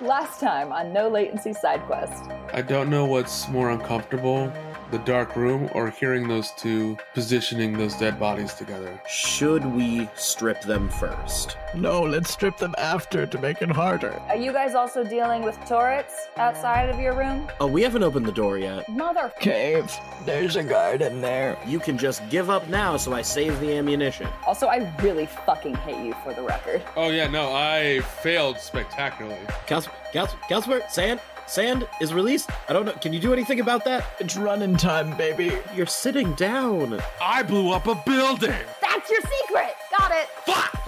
Last time on No Latency Side Quest. I don't know what's more uncomfortable the dark room or hearing those two positioning those dead bodies together. Should we strip them first? No, let's strip them after to make it harder. Are you guys also dealing with turrets outside of your room? Oh, we haven't opened the door yet. Mother. Cave, there's a guard in there. You can just give up now so I save the ammunition. Also, I really fucking hate you for the record. Oh, yeah, no, I failed spectacularly. Counselor, counselor, counselor, sand, sand is released. I don't know. Can you do anything about that? It's running time, baby. You're sitting down. I blew up a building! That's your secret! Got it!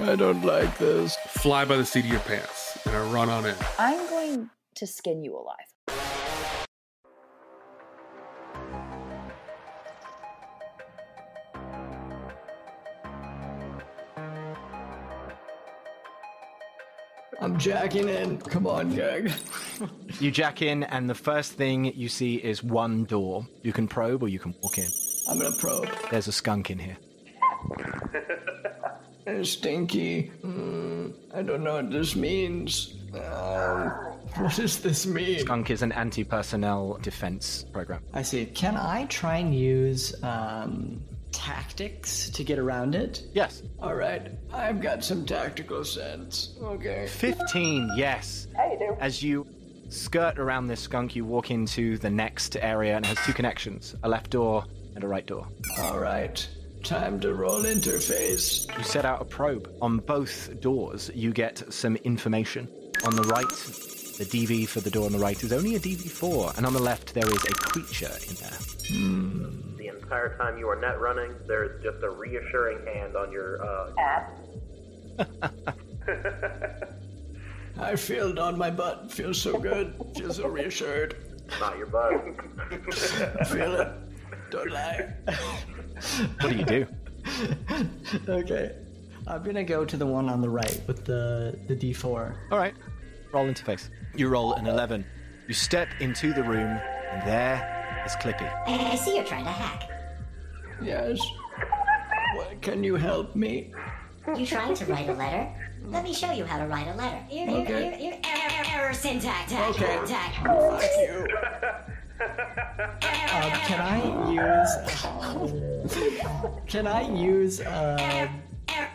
I don't like this. Fly by the seat of your pants and I run on in. I'm going to skin you alive. I'm jacking in. Come on, gang. You jack in, and the first thing you see is one door. You can probe or you can walk in. I'm gonna probe. There's a skunk in here. It's stinky. Mm, I don't know what this means. Um, what does this mean? Skunk is an anti personnel defense program. I see. Can I try and use um, tactics to get around it? Yes. All right, I've got some tactical sense. Okay. 15, yes. Hey, dude. As you skirt around this skunk, you walk into the next area, and it has two connections a left door and a right door. All right. Time to roll interface. You set out a probe. On both doors, you get some information. On the right, the DV for the door on the right is only a DV4, and on the left, there is a creature in there. The entire time you are net running, there's just a reassuring hand on your. Uh, I feel it on my butt. Feels so good. Feels so reassured. not your butt. Feel it. Don't lie. What do you do? Okay. I'm gonna go to the one on the right with the the D4. All right. Roll interface. You roll an 11. You step into the room, and there is Clippy. I, I see you're trying to hack. Yes. What, can you help me? You trying to write a letter? Let me show you how to write a letter. Here, here, Okay. here, here. Error, error, syntax, hack, Okay. hack, hack. Fuck you. Error, Uh, can I use? can I use? Uh, error,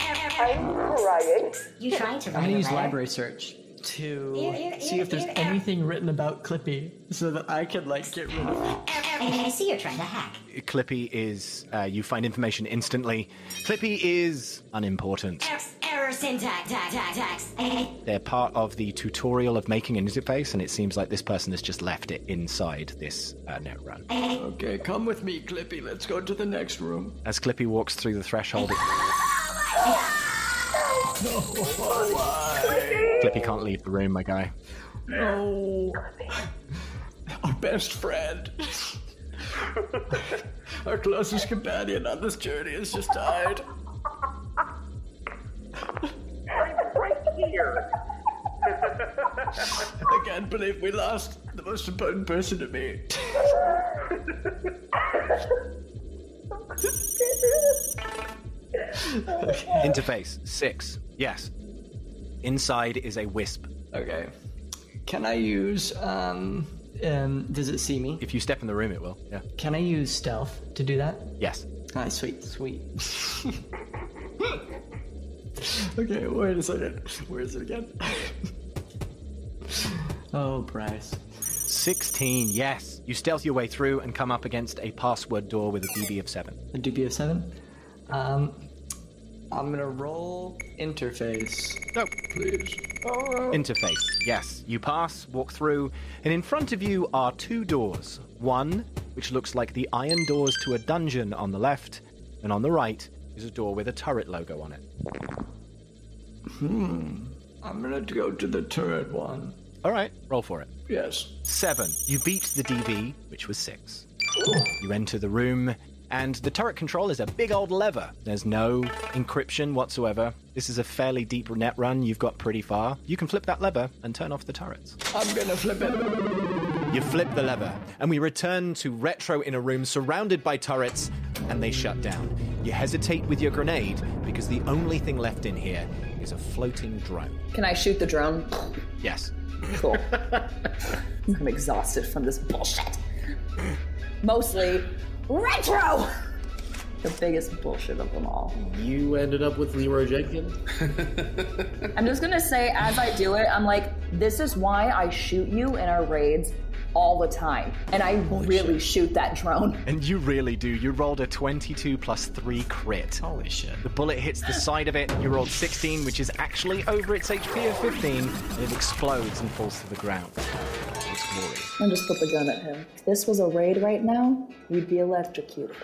error, error. Crying. You trying to I'm write gonna a use letter? library search Ew, to ew, see ew, if there's ew, ew. anything written about Clippy, so that I can like get rid of. it. I, I see you're trying to hack. Clippy is. Uh, you find information instantly. Clippy is unimportant. Error, error, syntax, hack, hack, hack. I, They're part of the tutorial of making an interface, and it seems like this person has just left it inside this uh, net run. Okay, come with me, Clippy. Let's go to the next room. As Clippy walks through the threshold, Clippy can't leave the room, my guy. No. Our best friend. Our closest companion on this journey has just died. I'm right here. I can't believe we lost the most important person to me. Interface six. Yes. Inside is a wisp. Okay. Can I use? Um, um, does it see me? If you step in the room, it will. Yeah. Can I use stealth to do that? Yes. Ah, sweet, sweet. Okay, wait a second. Where is it again? Oh, Bryce. Sixteen. Yes. You stealth your way through and come up against a password door with a DB of seven. A DB of seven. Um, I'm gonna roll interface. No. Please. Interface. Yes. You pass, walk through, and in front of you are two doors. One, which looks like the iron doors to a dungeon on the left, and on the right is a door with a turret logo on it. I'm gonna go to the turret one. All right. Roll for it. Yes. Seven. You beat the DV, which was six. You enter the room, and the turret control is a big old lever. There's no encryption whatsoever. This is a fairly deep net run. You've got pretty far. You can flip that lever and turn off the turrets. I'm gonna flip it. You flip the lever, and we return to Retro in a room surrounded by turrets, and they shut down. You hesitate with your grenade because the only thing left in here is a floating drone. Can I shoot the drone? Yes. Cool. I'm exhausted from this bullshit. Mostly retro! The biggest bullshit of them all. You ended up with Leroy Jenkins. I'm just gonna say, as I do it, I'm like, this is why I shoot you in our raids all the time. And I really shoot that drone. And you really do. You rolled a 22 plus 3 crit. Holy shit. The bullet hits the side of it. You rolled 16, which is actually over its HP of 15, and it explodes and falls to the ground. It's glory. And just put the gun at him. If this was a raid right now, we'd be electrocuted.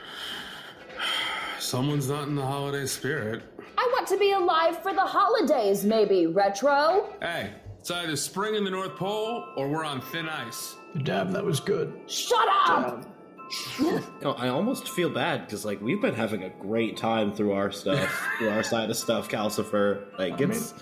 Someone's not in the holiday spirit. I want to be alive for the holidays, maybe, retro. Hey, it's either spring in the North Pole or we're on thin ice. Damn, that was good. Shut up! You know, Oh, I almost feel bad because like we've been having a great time through our stuff, through our side of stuff, Calcifer. Like it's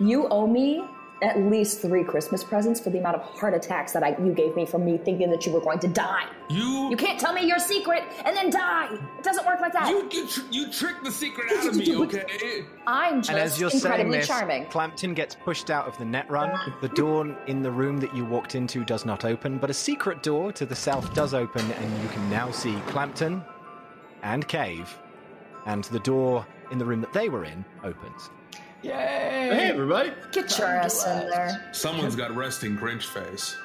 You owe me at least three Christmas presents for the amount of heart attacks that I, you gave me from me thinking that you were going to die. You You can't tell me your secret and then die. It doesn't work like that. you you, tr- you tricked the secret out of me, okay? I'm And as just you're saying incredibly this, charming. Clampton gets pushed out of the net run. The door in the room that you walked into does not open, but a secret door to the south does open, and you can now see Clampton and Cave, and the door in the room that they were in opens. hey everybody. Get your ass in there. Someone's got resting Grinch face.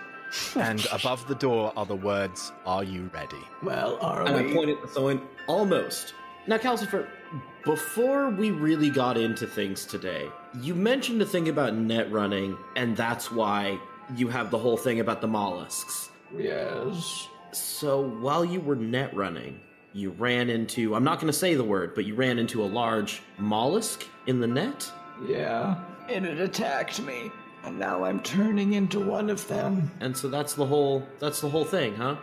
and above the door are the words, Are you ready? Well, E. are And I we? pointed at someone almost. Now, Calcifer, before we really got into things today, you mentioned a thing about net running, and that's why you have the whole thing about the mollusks. Yes. So while you were net running, you ran into, I'm not going to say the word, but you ran into a large mollusk in the net? Yeah. And it attacked me. And now I'm turning into one of them. And so that's the whole that's the whole thing, huh?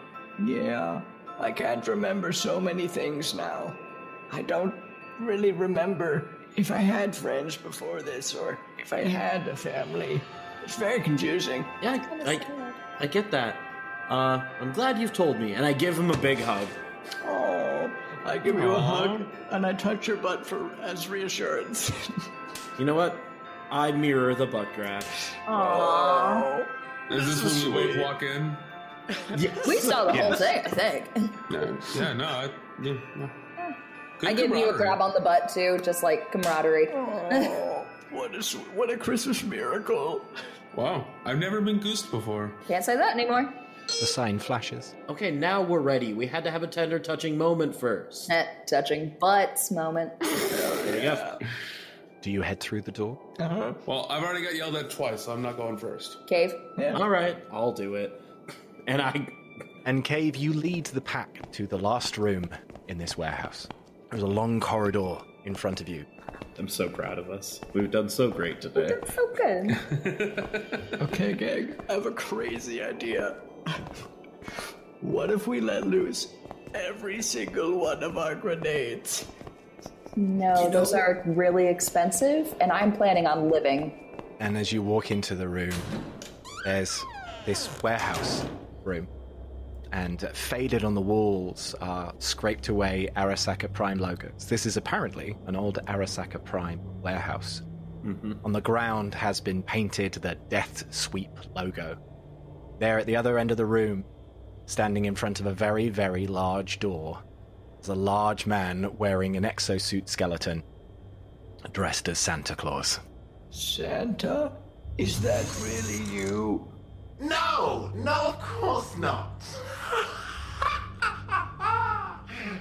Yeah. I can't remember so many things now. I don't really remember if I had friends before this or if I had a family. It's very confusing. Yeah, I, I, I get that. Uh, I'm glad you've told me, and I give him a big hug. Oh, I give you a hug and I touch your butt for as reassurance. You know what? I mirror the butt grab. Oh. Is this, is when we sweet. both walk in? We saw the whole Yes. thing, I think. No. Yeah, no. I, yeah, no. Good I gave you a camaraderie. grab on the butt too, just like camaraderie. Oh, what a sw- what a Christmas miracle! Wow, I've never been goosed before. Can't say that anymore. The sign flashes. Okay, now we're ready. We had to have a tender touching moment first. Eh, touching butts moment. Do you head through the door? Well, I've already got yelled at twice, so I'm not going first. Cave. All right, I'll do it. And I And Cave, you lead the pack to the last room in this warehouse. There's a long corridor in front of you. I'm so proud of us. We've done so great today. So good. Okay, gang, I have a crazy idea. what if we let loose every single one of our grenades? No, those are really expensive, and I'm planning on living. And as you walk into the room, there's this warehouse room. And uh, faded on the walls are scraped away Arasaka Prime logos. This is apparently an old Arasaka Prime warehouse. On the ground has been painted the Death Sweep logo. There at the other end of the room, standing in front of a very, very large door, is a large man wearing an exosuit skeleton dressed as Santa Claus. Santa, is that really you? No, no, of course not.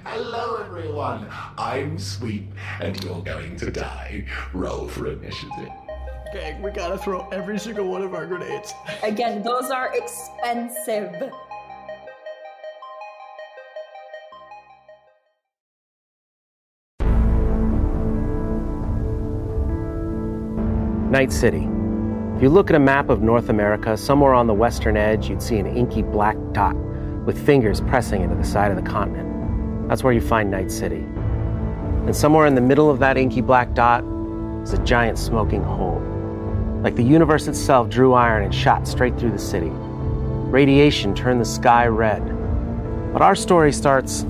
Hello, everyone. I'm Sweep, and you're going to die. Roll for initiative. Gang, we gotta throw every single one of our grenades. Again, those are expensive. Night City. If you look at a map of North America, somewhere on the western edge, you'd see an inky black dot with fingers pressing into the side of the continent. That's where you find Night City. And somewhere in the middle of that inky black dot is a giant smoking hole. Like the universe itself drew iron and shot straight through the city. Radiation turned the sky red. But our story starts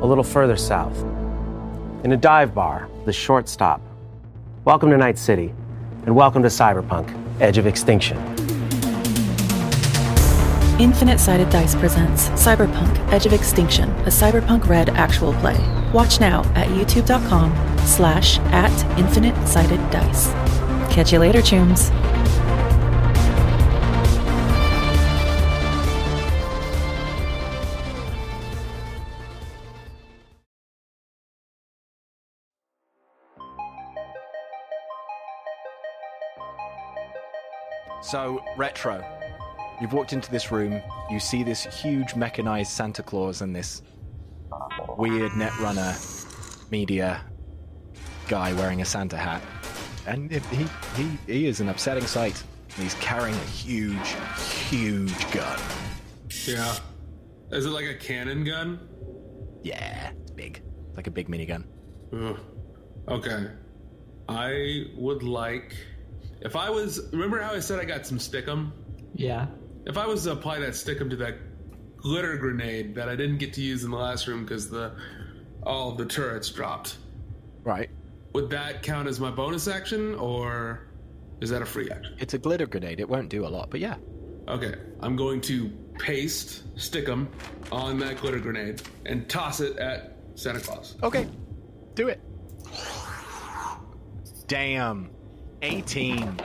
a little further south. In a dive bar, the shortstop. Welcome to Night City, and welcome to Cyberpunk Edge of Extinction. Infinite Sided Dice presents Cyberpunk Edge of Extinction, a Cyberpunk Red actual play. Watch now at youtube.com slash at infinite sided dice. Catch you later, chooms. So, retro. You've walked into this room, you see this huge mechanized Santa Claus and this weird netrunner media guy wearing a Santa hat. And if he, he, he is an upsetting sight. He's carrying a huge, huge gun. Yeah. Is it like a cannon gun? Yeah, it's big. It's like a big minigun. Ugh. Okay. I would like. If I was. Remember how I said I got some stickum? Yeah. If I was to apply that stickum to that glitter grenade that I didn't get to use in the last room because the all the turrets dropped. Right. Would that count as my bonus action, or is that a free action? It's a glitter grenade. It won't do a lot, but yeah. Okay, I'm going to paste stickum on that glitter grenade and toss it at Santa Claus. Okay, do it. Damn. 18.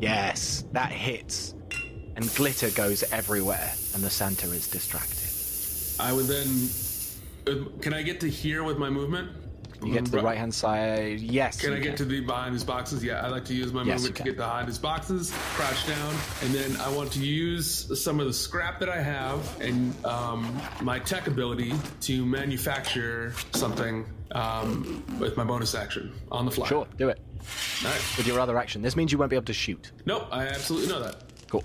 Yes, that hits. And glitter goes everywhere, and the Santa is distracted. I would then. uh, Can I get to here with my movement? You get to the Right- right hand side. Yes. Can you I get to the behind his boxes? Yeah, I like to use my Yes, movement to you get behind his boxes, crouch down, and then I want to use some of the scrap that I have and um, my tech ability to manufacture something um, with my bonus action on the fly. Sure, do it. Nice. With your other action. This means you won't be able to shoot. Nope, I absolutely know that. Cool.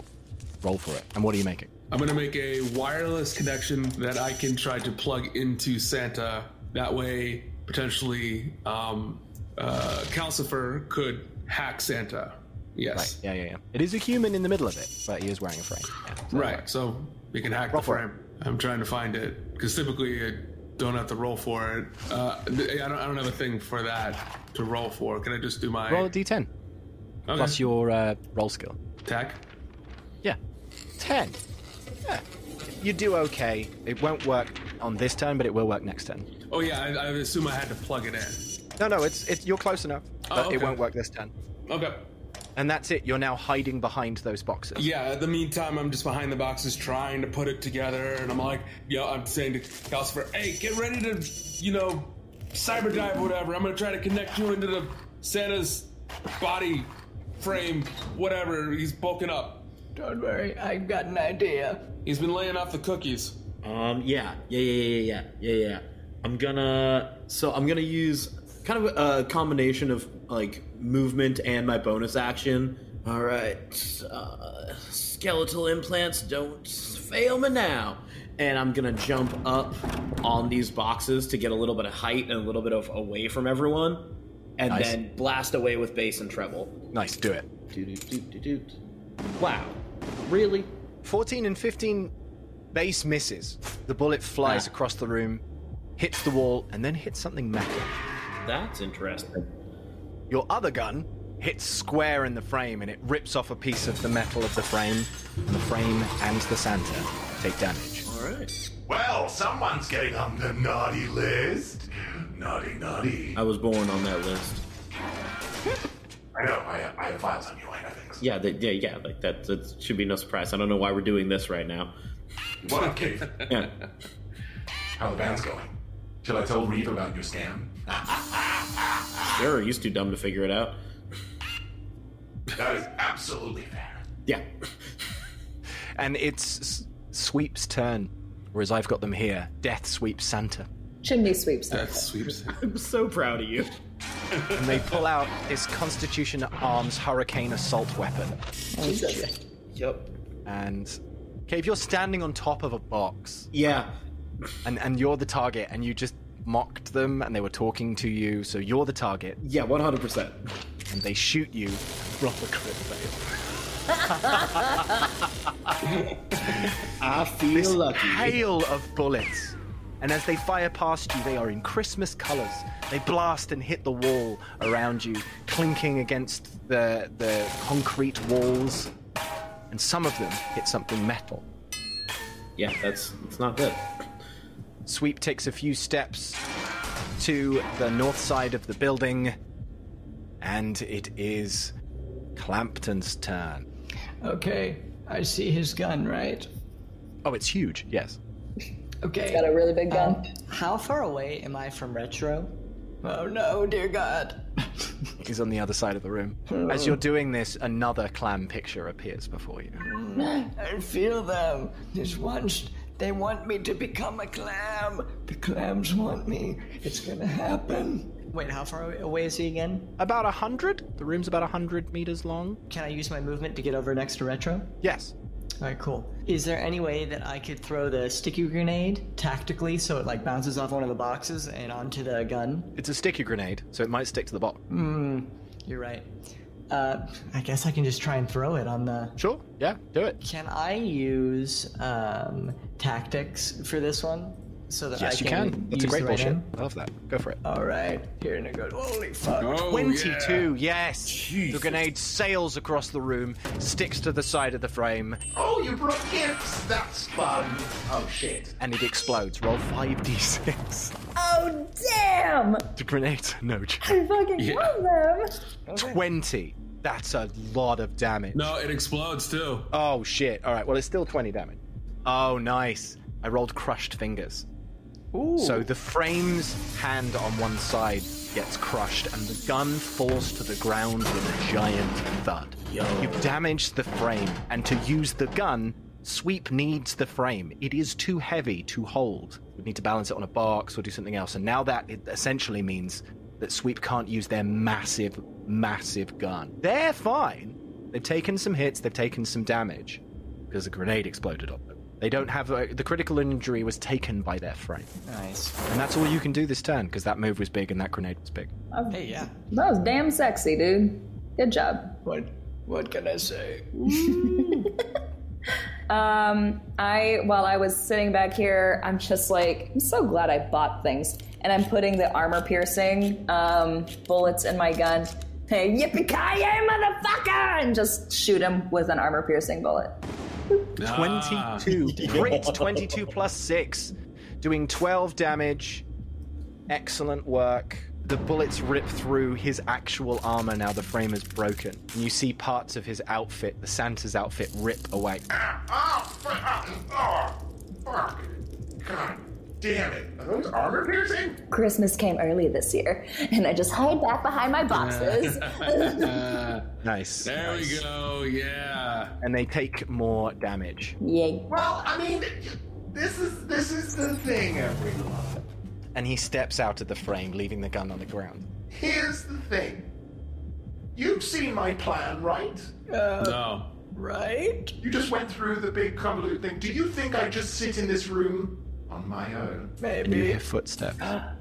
Roll for it. And what are you making? I'm going to make a wireless connection that I can try to plug into Santa. That way, potentially, um, uh, Calcifer could hack Santa. Yes. Right. Yeah, yeah, yeah. It is a human in the middle of it, but he is wearing a frame. Yeah. Right. So we can hack the frame. I'm trying to find it because typically I don't have to roll for it. Uh, th- I don't. I don't have a thing for that to roll for. Can I just do my Roll a d10. Plus your uh, roll skill. attack? Yeah. 10. Yeah. You do okay. It won't work on this turn, but it will work next turn. Oh yeah, I, I assume I had to plug it in. No, no, it's, it's you're close enough, but Oh, okay. it won't work this turn. Okay. And that's it. You're now hiding behind those boxes. Yeah. In the meantime, I'm just behind the boxes trying to put it together, and I'm like, yo, I'm saying to Calcifer, hey, get ready to, you know, cyber dive or whatever. I'm gonna try to connect you into the Santa's body frame, whatever. He's bulking up. Don't worry, I've got an idea. He's been laying off the cookies. Um, yeah, yeah, yeah, yeah, yeah, yeah, yeah. I'm gonna. So I'm gonna use kind of a combination of like movement and my bonus action. All right, uh, skeletal implants don't fail me now. And I'm gonna jump up on these boxes to get a little bit of height and a little bit of away from everyone, and Nice. then blast away with bass and treble. Nice, do it. Wow, really? 14 and 15 base misses. The bullet flies across the room, hits the wall, and then hits something metal. That's interesting. Your other gun hits square in the frame and it rips off a piece of the metal of the frame, and the frame and the Santa take damage. All right. Well, someone's getting on the naughty list. Naughty, naughty. I was born on that list. I know. I, I have files on you. I know things. Yeah, they, yeah, yeah. Like that, that should be no surprise. I don't know why we're doing this right now. What up, Keith? Yeah. How the band's going? Shall I tell Reeve about your scam? Sure, he's too dumb to figure it out. That is absolutely fair. Yeah. And it's S- Sweep's turn, or as I've got them here, Death Sweeps Santa. Chimney sweeps. Death sweeps. I'm so proud of you. And they pull out this Constitution Arms Hurricane Assault Weapon. Jesus. Yep. and okay, if you're standing on top of a box, yeah, and and you're the target, and you just mocked them, and they were talking to you, so you're the target, Yeah, one hundred percent. and they shoot you, roll a crit fail. I feel this lucky. Hail of bullets. And as they fire past you, they are in Christmas colours. They blast and hit the wall around you, clinking against the the concrete walls. And some of them hit something metal. yeah, that's it's not good. Sweep takes a few steps to the north side of the building, and it is Clampton's turn. Okay, I see his gun, right? Oh, it's huge, yes. Okay. It's got a really big gun. How far away am I from Retro? Oh no, dear God. He's on the other side of the room. As you're doing this, another clam picture appears before you. I feel them. There's one. Sh- they want me to become a clam. The clams want me. It's gonna happen. Wait, how far away is he again? About a hundred. The room's about a hundred meters long. Can I use my movement to get over next to Retro? Yes. All right, cool. Is there any way that I could throw the sticky grenade tactically so it like bounces off one of the boxes and onto the gun? It's a sticky grenade, so it might stick to the box. Hmm. You're right. Uh, I guess I can just try and throw it on the. Sure. Yeah. Do it. Can I use um, tactics for this one? So that yes, I you can. can. That's a use great the right bullshit. end? I love that. Go for it. All right. Here and it goes. Holy fuck. Oh, 22, yes. The grenade sails across the room, sticks to the side of the frame, Oh, you brought gifts. That's fun. Oh shit. and it explodes. Roll 5d6. Oh damn! The grenades are no joke. I fucking Yeah. love them. 20. That's a lot of damage. No, it explodes too. Oh, shit. All right, well, it's still 20 damage. Oh, nice. I rolled crushed fingers. Ooh. So the frame's hand on one side gets crushed, and the gun falls to the ground with a giant thud. You've damaged the frame, and to use the gun, Sweep needs the frame. It is too heavy to hold. We need to balance it on a box or do something else. And now that it essentially means that Sweep can't use their massive, massive gun. They're fine. They've taken some hits, they've taken some damage because a grenade exploded on them. They don't have uh, the critical injury was taken by their frame. Nice. And that's all you can do this turn because that move was big and that grenade was big. hey, yeah. That was damn sexy, dude. Good job. What? What can I say? Um, I while I was sitting back here, I'm just like, I'm so glad I bought things, and I'm putting the armor piercing um, bullets in my gun. Hey, yippee ki yay, motherfucker! And just shoot him with an armor piercing bullet. Ah. 22. Great. 22 plus 6. Doing 12 damage. Excellent work. The bullets rip through his actual armor now. The frame is broken. And you see parts of his outfit, the Santa's outfit, rip away. Oh, fuck. Oh, fuck. God damn it. Are those armor piercing? Christmas came early this year, and I just hide back behind my boxes. Nice. There we go. Yeah. And they take more damage. Yay. Well, I mean, this is this is the thing, everyone. And he steps out of the frame, leaving the gun on the ground. Here's the thing. You've seen my plan, right? No. Right? You just went through the big convoluted thing. Do you think I just sit in this room on my own? And you hear footsteps. Ah.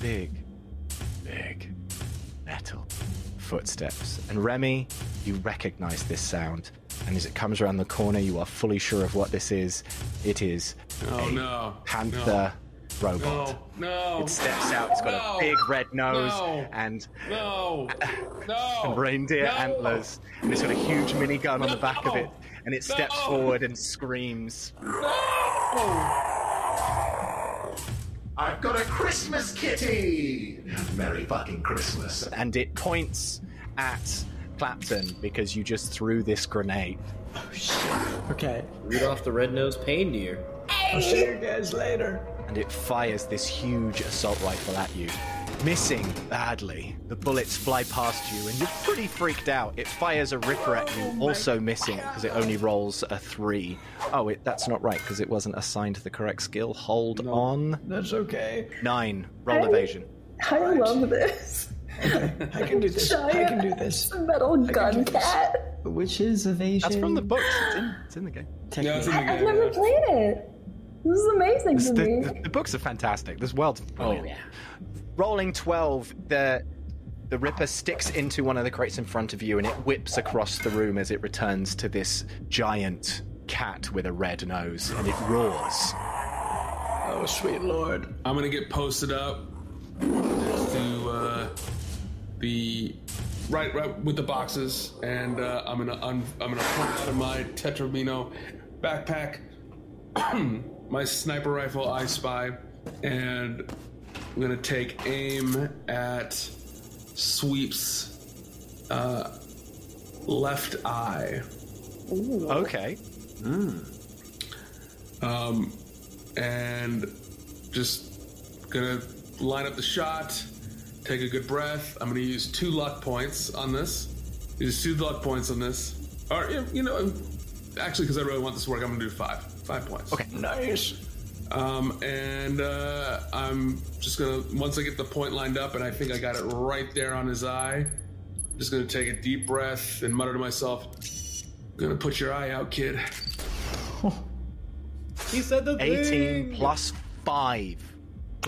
Big, big, metal footsteps. And Remy, you recognize this sound. And as it comes around the corner, you are fully sure of what this is. It is Oh a no. panther robot. No. It steps out. It's got No. a big red nose No. and, No. No. and reindeer No. antlers. And it's got a huge minigun on the back of it. And it steps No. forward and screams. I've got a Christmas kitty! Merry fucking Christmas. and it points at Clapton because you just threw this grenade. Okay. Rudolph the Red-Nosed Reindeer. I'll see you guys later. And it fires this huge assault rifle at you, missing badly. The bullets fly past you, and you're pretty freaked out. It fires a ripper at you, also missing because it only rolls a three. Oh, it, that's not right because it wasn't assigned the correct skill. Hold on. That's okay. Nine. Roll Hey. evasion. I love this. I can do this. I can do this. Metal gun cat. Which is evasion. That's from the books. It's in, it's in the game. Technique. it's in the I've never played it. This is amazing This- to the, me. the- the books are fantastic. This world's brilliant. Rolling 12, the the Ripper sticks into one of the crates in front of you and it whips across the room as it returns to this giant cat with a red nose and it roars. Oh, sweet lord. I'm gonna get posted up to uh, the right, right with the boxes, and uh, I'm gonna un- I'm gonna pull out of my Tetramino backpack my sniper rifle, I spy, and I'm gonna take aim at Sweep's uh, left eye. Ooh. Okay. Um, and just gonna line up the shot, take a good breath. I'm gonna use two luck points on this. Use two luck points on this. Or, you- you know, actually, because I really want this to work, I'm gonna do five. Five points. Okay. Nice. Um, and uh, I'm just gonna once I get the point lined up, and I think I got it right there on his eye. Just gonna take a deep breath and mutter to myself, "Gonna put your eye out, kid." He said the 18 thing. plus 5.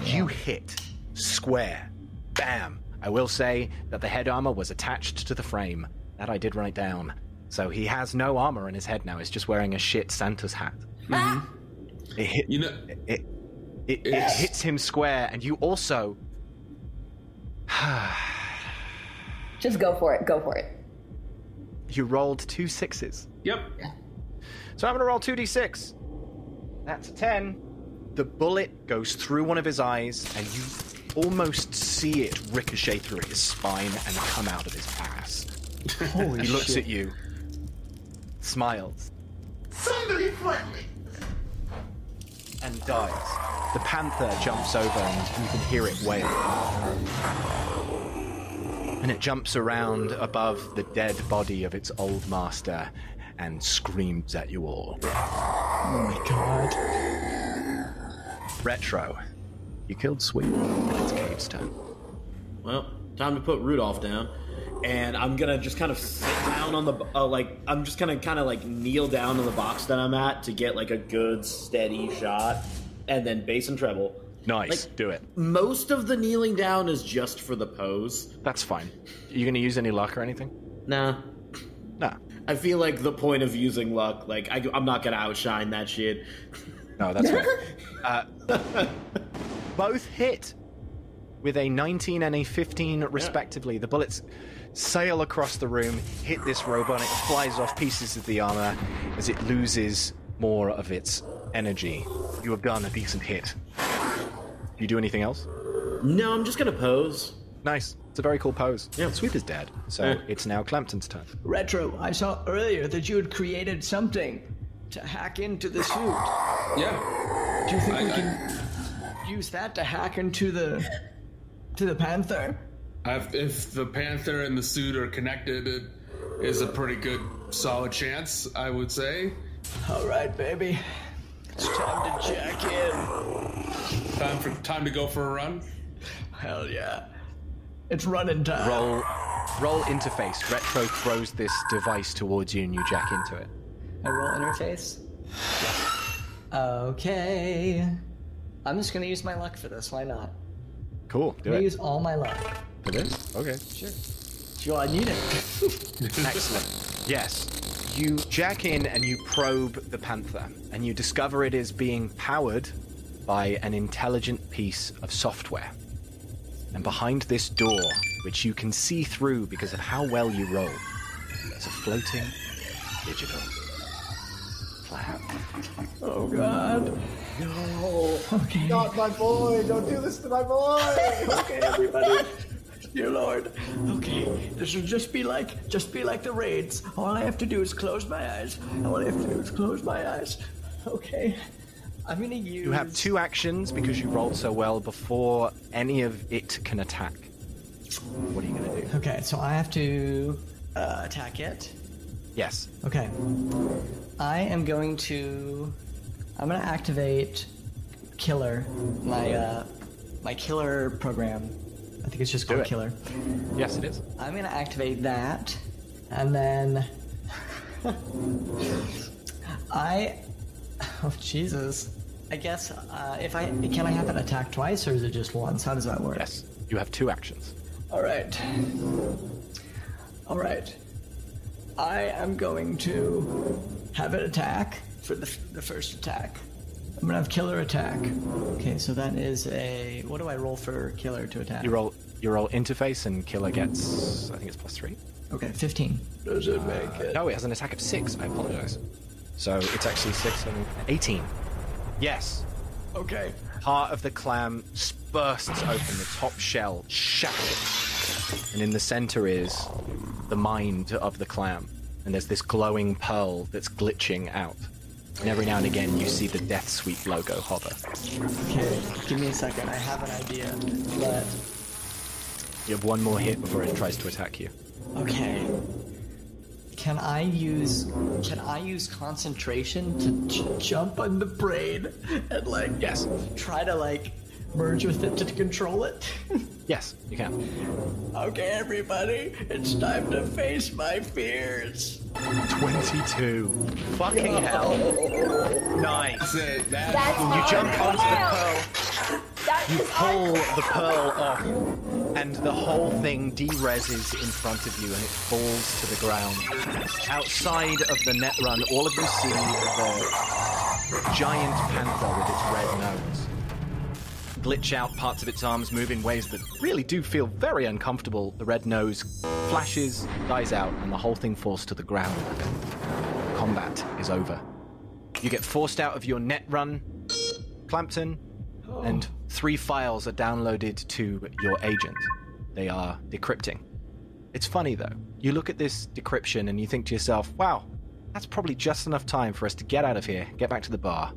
You hit square. Bam. I will say that the head armor was attached to the frame. That I did write down. So he has no armor on his head now. He's just wearing a shit Santa's hat. It hit, you know, it, it, it It's- hits him square, and you also. Just go for it. Go for it. You rolled two sixes. Yep. So I'm going to roll 2d6. That's a 10. The bullet goes through one of his eyes, and you almost see it ricochet through his spine and come out of his ass. Holy he looks shit. at you, smiles, Somebody friendly. and dies. The panther jumps over, and you can hear it wail. And it jumps around above the dead body of its old master and screams at you all. Oh my god. Retro, you killed Sweet. It's Cave's turn. Well, time to put Rudolph down, and I'm gonna just kind of sit down on the uh, like. I'm just gonna kind of like kneel down on the box that I'm at to get like a good steady shot, and then bass and treble. Nice, do it. Most of the kneeling down is just for the pose. That's fine. You gonna use any luck or anything? Nah. Nah. I feel like the point of using luck, like I, I'm not gonna outshine that shit. No, that's fair. uh, both hit with a 19 and a 15, respectively. The bullets sail across the room, hit this robot, and it flies off pieces of the armor as it loses more of its energy. You have done a decent hit. You do anything else? No, I'm just gonna pose. Nice. It's a very cool pose. Yeah. Sweep is dead, so Yeah. it's now Clampton's turn. Retro, I saw earlier that you had created something to hack into the suit. Yeah. Do you think I- we I- can use that to hack into the to the panther? If, if the panther and the suit are connected, it is a pretty good, solid chance, I would say. All right, baby. It's time to check in. Time for time to go for a run. Hell yeah! It's running time. Roll, roll interface. Retro throws this device towards you, and you jack into it. I roll interface. Okay. I'm just gonna use my luck for this. Why not? Cool. I'm Do gonna it. use all my luck. For this? Okay. Sure. Sure, I need it. Excellent. Yes. You jack in and you probe the panther, and you discover it is being powered by an intelligent piece of software. And behind this door, which you can see through because of how well you roll, there's a floating digital flap. Oh God! No. Okay. Not my boy. Don't do this to my boy. okay, everybody. Dear Lord. Okay, this will just be like just be like the raids. All I have to do is close my eyes. All I have to do is close my eyes. Okay. I'm gonna use You have two actions because you rolled so well before any of it can attack. What are you going to do? Okay, so I have to uh, attack it. Yes. Okay. I am going to. I'm gonna activate Killer, my uh, my Killer program. I think it's just Do called it. Killer. Yes, it is. I'm gonna activate that, and then I. Oh Jesus! I guess uh, if I can I have it attack twice or is it just once? How does that work? Yes. You have two actions. All right. All right. I am going to have an attack for the, the first attack. I'm gonna have Killer attack. Okay, so that is a. What do I roll for Killer to attack? You roll you roll interface and killer gets I think it's plus three. Okay, 15. Does it make No, it has an attack of six. I apologize. So it's actually six and eighteen. Uh, Yes. Okay. Part of the clam bursts open, the top shell shatters, and in the center is the mind of the clam. And there's this glowing pearl that's glitching out. And every now and again, you see the Death Sweep logo hover. Okay, give me a second. I have an idea, but You have one more hit before it tries to attack you. okay. Can I use can I use concentration to j- jump on the brain and like yes try to like merge with it to control it? yes, you can. Okay, everybody, it's time to face my fears. 22. Fucking hell. Nice. That's it. That's you all jump I onto know. the pearl. You pull the pearl off, and the whole thing dereses in front of you, and it falls to the ground. Outside of the net run, all of you see the giant panther with its red nose glitch out parts of its arms move in ways that really do feel very uncomfortable. The red nose flashes, dies out, and the whole thing falls to the ground. Combat is over. You get forced out of your net run, Clampton, and three files are downloaded to your agent. They are decrypting. It's funny though. You look at this decryption and you think to yourself, wow, that's probably just enough time for us to get out of here, get back to the bar,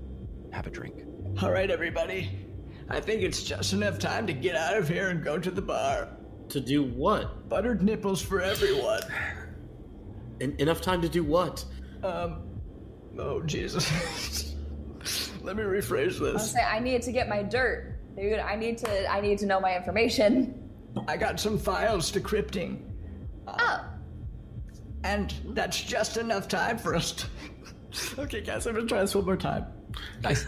and have a drink. All right, everybody. I think it's just enough time to get out of here and go to the bar. To do what? Buttered nipples for everyone. En- enough time to do what? Um, oh Jesus. Let me rephrase I'll this. say I need to get my dirt, dude. I need to. I need to know my information. I got some files decrypting. Uh, Oh. And that's just enough time for us to. okay, guys, I'm gonna try this one more time. Nice.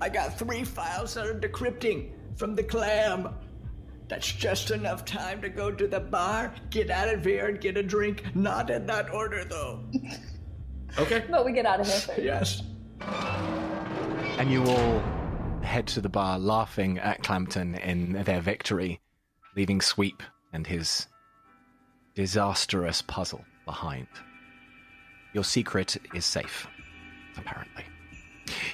I got three files that are decrypting from the clam. That's just enough time to go to the bar, get out of here, and get a drink. Not in that order, though. Okay. But we get out of here first. Yes. and you all head to the bar laughing at Clampton in their victory, leaving Sweep and his disastrous puzzle behind. Your secret is safe, apparently.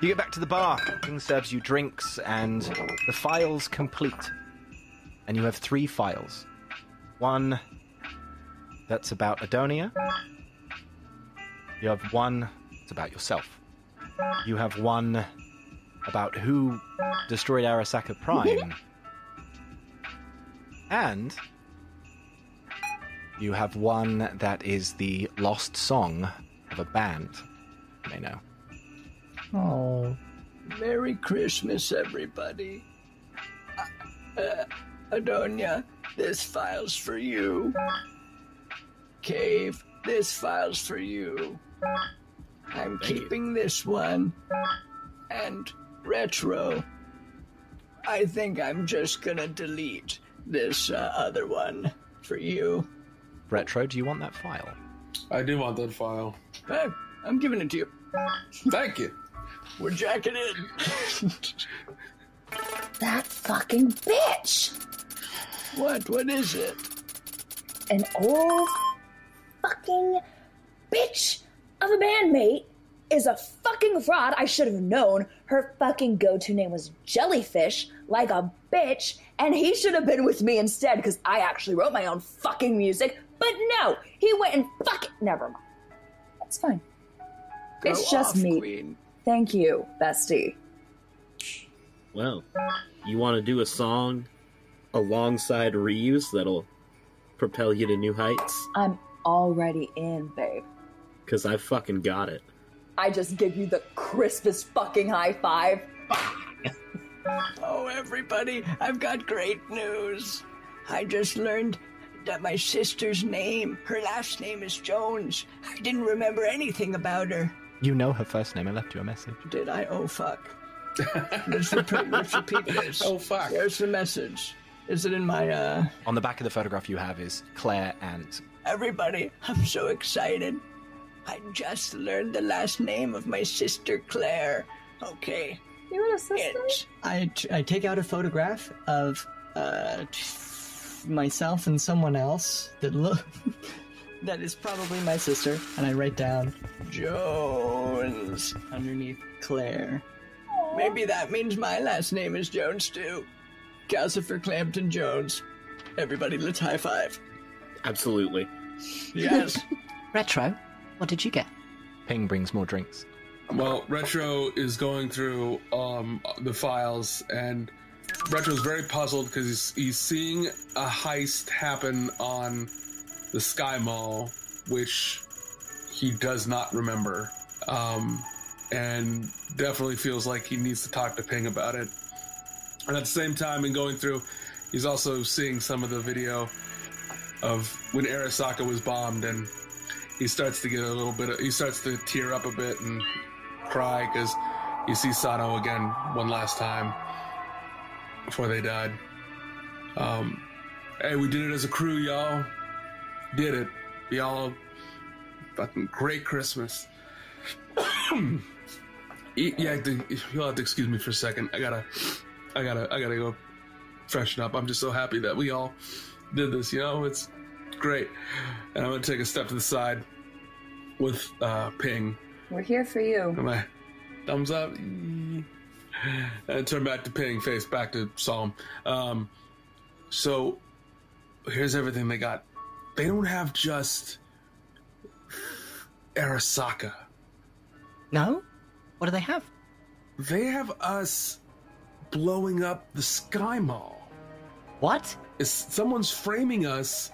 You get back to the bar, King serves you drinks, and the files complete. And you have three files. One that's about Adonia. You have one that's about yourself. You have one about who destroyed Arasaka Prime. and you have one that is the lost song of a band. You may know. Oh. Merry Christmas, everybody. Uh, uh, Adonia, this file's for you. Cave, this file's for you. I'm keeping this one. And Retro, I think I'm just gonna delete this uh, other one for you. Retro, do you want that file? I do want that file. Hey, I'm giving it to you. Thank you. We're jacking in. That fucking bitch. What? What is it? An old fucking bitch of a bandmate is a fucking fraud. I should have known. Her fucking go-to name was Jellyfish, like a bitch, and he should have been with me instead because I actually wrote my own fucking music. But no, he went and fuck it. Never mind. That's fine. Go it's just Oh, off, me. Queen. Thank you, bestie. Well, you want to do a song alongside reuse that'll propel you to new heights? I'm already in, babe. Because I fucking got it. I just give you the crispest fucking high five. Oh, everybody, I've got great news. I just learned that my sister's name, her last name is Jones. I didn't remember anything about her. You know her first name. I left you a message. Did I? Oh, fuck. let's, repeat, let's repeat this. Oh, fuck. There's the message. Is it in my, uh, On the back of the photograph you have is Claire and. everybody? I'm so excited. I just learned the last name of my sister, Claire. Okay. You were a sister? I, I take out a photograph of uh, myself and someone else that look that is probably my sister, and I write down Jones underneath Claire. Maybe that means my last name is Jones too. Calcifer Clampton Jones. Everybody, let's high five. Absolutely. Yes. Retro, what did you get? Ping brings more drinks. Well, Retro is going through um, the files, and Retro's very puzzled because he's, he's seeing a heist happen on the Sky Mall, which he does not remember, um, and definitely feels like he needs to talk to Ping about it. And at the same time, in going through, he's also seeing some of the video of when Arasaka was bombed, and he starts to get a little bit. Of, he starts to tear up a bit and cry because you see Sato again one last time before they died. Um, hey, we did it as a crew, y'all. Did it, y'all? Fucking great Christmas. Y- yeah, I think- you'll have to excuse me for a second. I gotta, I gotta, I gotta go freshen up. I'm just so happy that we all did this. You know, it's great. And I'm gonna take a step to the side with uh, Ping. We're here for And you. my thumbs up. And I turn back to Ping, face back to Psalm. Um, so here's everything they got. They don't have just Arasaka. No? What do they have? They have us blowing up the Sky Mall. What? Is someone's framing us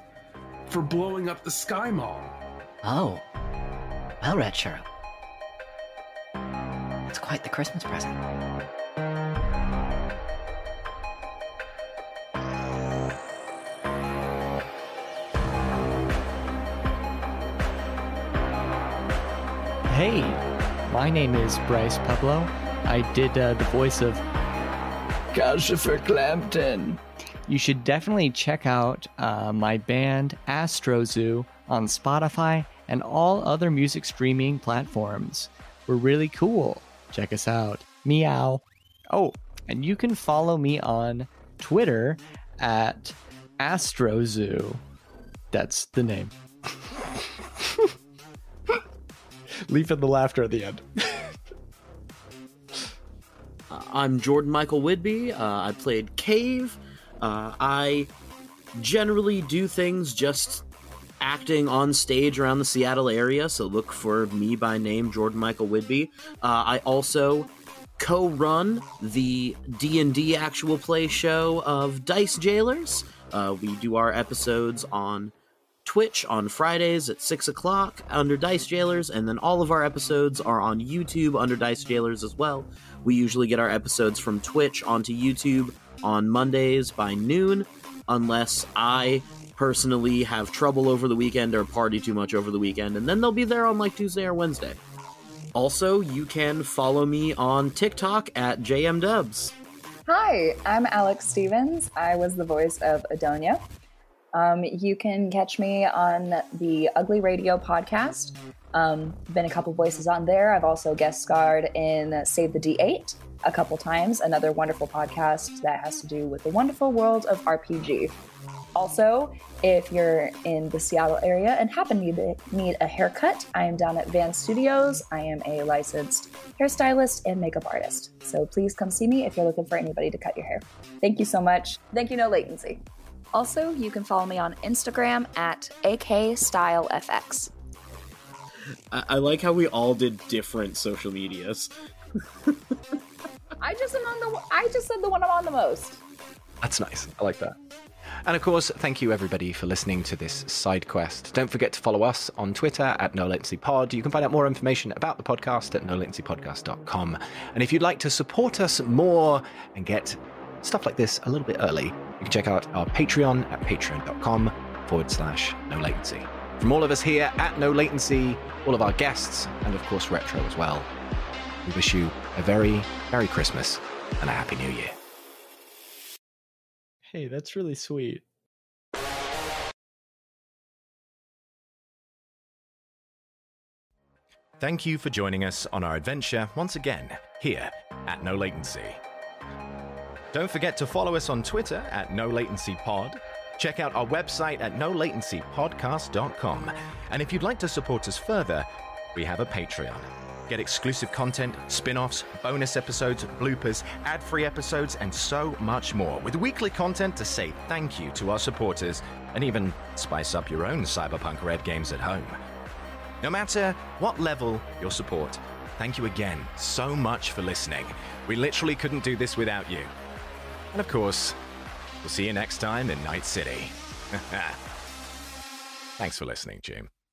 for blowing up the Sky Mall? Oh. Well, Retro. It's quite the Christmas present. Hey, my name is Bryce Pablo. I did uh, the voice of Calcifer Clampton. You should definitely check out uh, my band Astro Zoo on Spotify and all other music streaming platforms. We're really cool. Check us out. Meow. Oh, and you can follow me on Twitter at Astro Zoo. That's the name. Leave in the laughter at the end. Uh, I'm Jordan Michael Whidbey. Uh, I played Cave. Uh, I generally do things just acting on stage around the Seattle area, so look for me by name, Jordan Michael Whidbey. Uh, I also co-run the D&D actual play show of Dice Jailers. Uh, we do our episodes on Twitch on Fridays at 6 o'clock under Dice Jailers, and then all of our episodes are on YouTube under Dice Jailers as well. We usually get our episodes from Twitch onto YouTube on Mondays by noon, unless I personally have trouble over the weekend or party too much over the weekend, and then they'll be there on like Tuesday or Wednesday. Also, you can follow me on TikTok at JMDubs. Hi, I'm Alex Stevens. I was the voice of Adonia. Um, you can catch me on the Ugly Radio podcast. Um, been a couple voices on there. I've also guest starred in Save the D8 a couple times, another wonderful podcast that has to do with the wonderful world of RPG. Also, if you're in the Seattle area and happen to need a haircut, I am down at Van Studios. I am a licensed hairstylist and makeup artist. So please come see me if you're looking for anybody to cut your hair. Thank you so much. Thank you, No Latency. Also, you can follow me on Instagram at akstylefx. I-, I like how we all did different social medias. I just am on the. I just said the one I'm on the most. That's nice. I like that. And of course, thank you everybody for listening to this side quest. Don't forget to follow us on Twitter at No Latency Pod. You can find out more information about the podcast at nolatencypodcast.com. And if you'd like to support us more and get stuff like this a little bit early, you can check out our Patreon at patreon.com forward slash no latency. From all of us here at No Latency, all of our guests, and of course Retro as well, we wish you a very, very Christmas and a Happy New Year. Hey, that's really sweet. Thank you for joining us on our adventure once again here at No Latency. Don't forget to follow us on Twitter at No Latency Pod. Check out our website at nolatencypodcast.com. And if you'd like to support us further, we have a Patreon. Get exclusive content, spin offs, bonus episodes, bloopers, ad free episodes, and so much more, with weekly content to say thank you to our supporters and even spice up your own Cyberpunk Red games at home. No matter what level your support, thank you again so much for listening. We literally couldn't do this without you. And of course, we'll see you next time in Night City. Thanks for listening, Jim.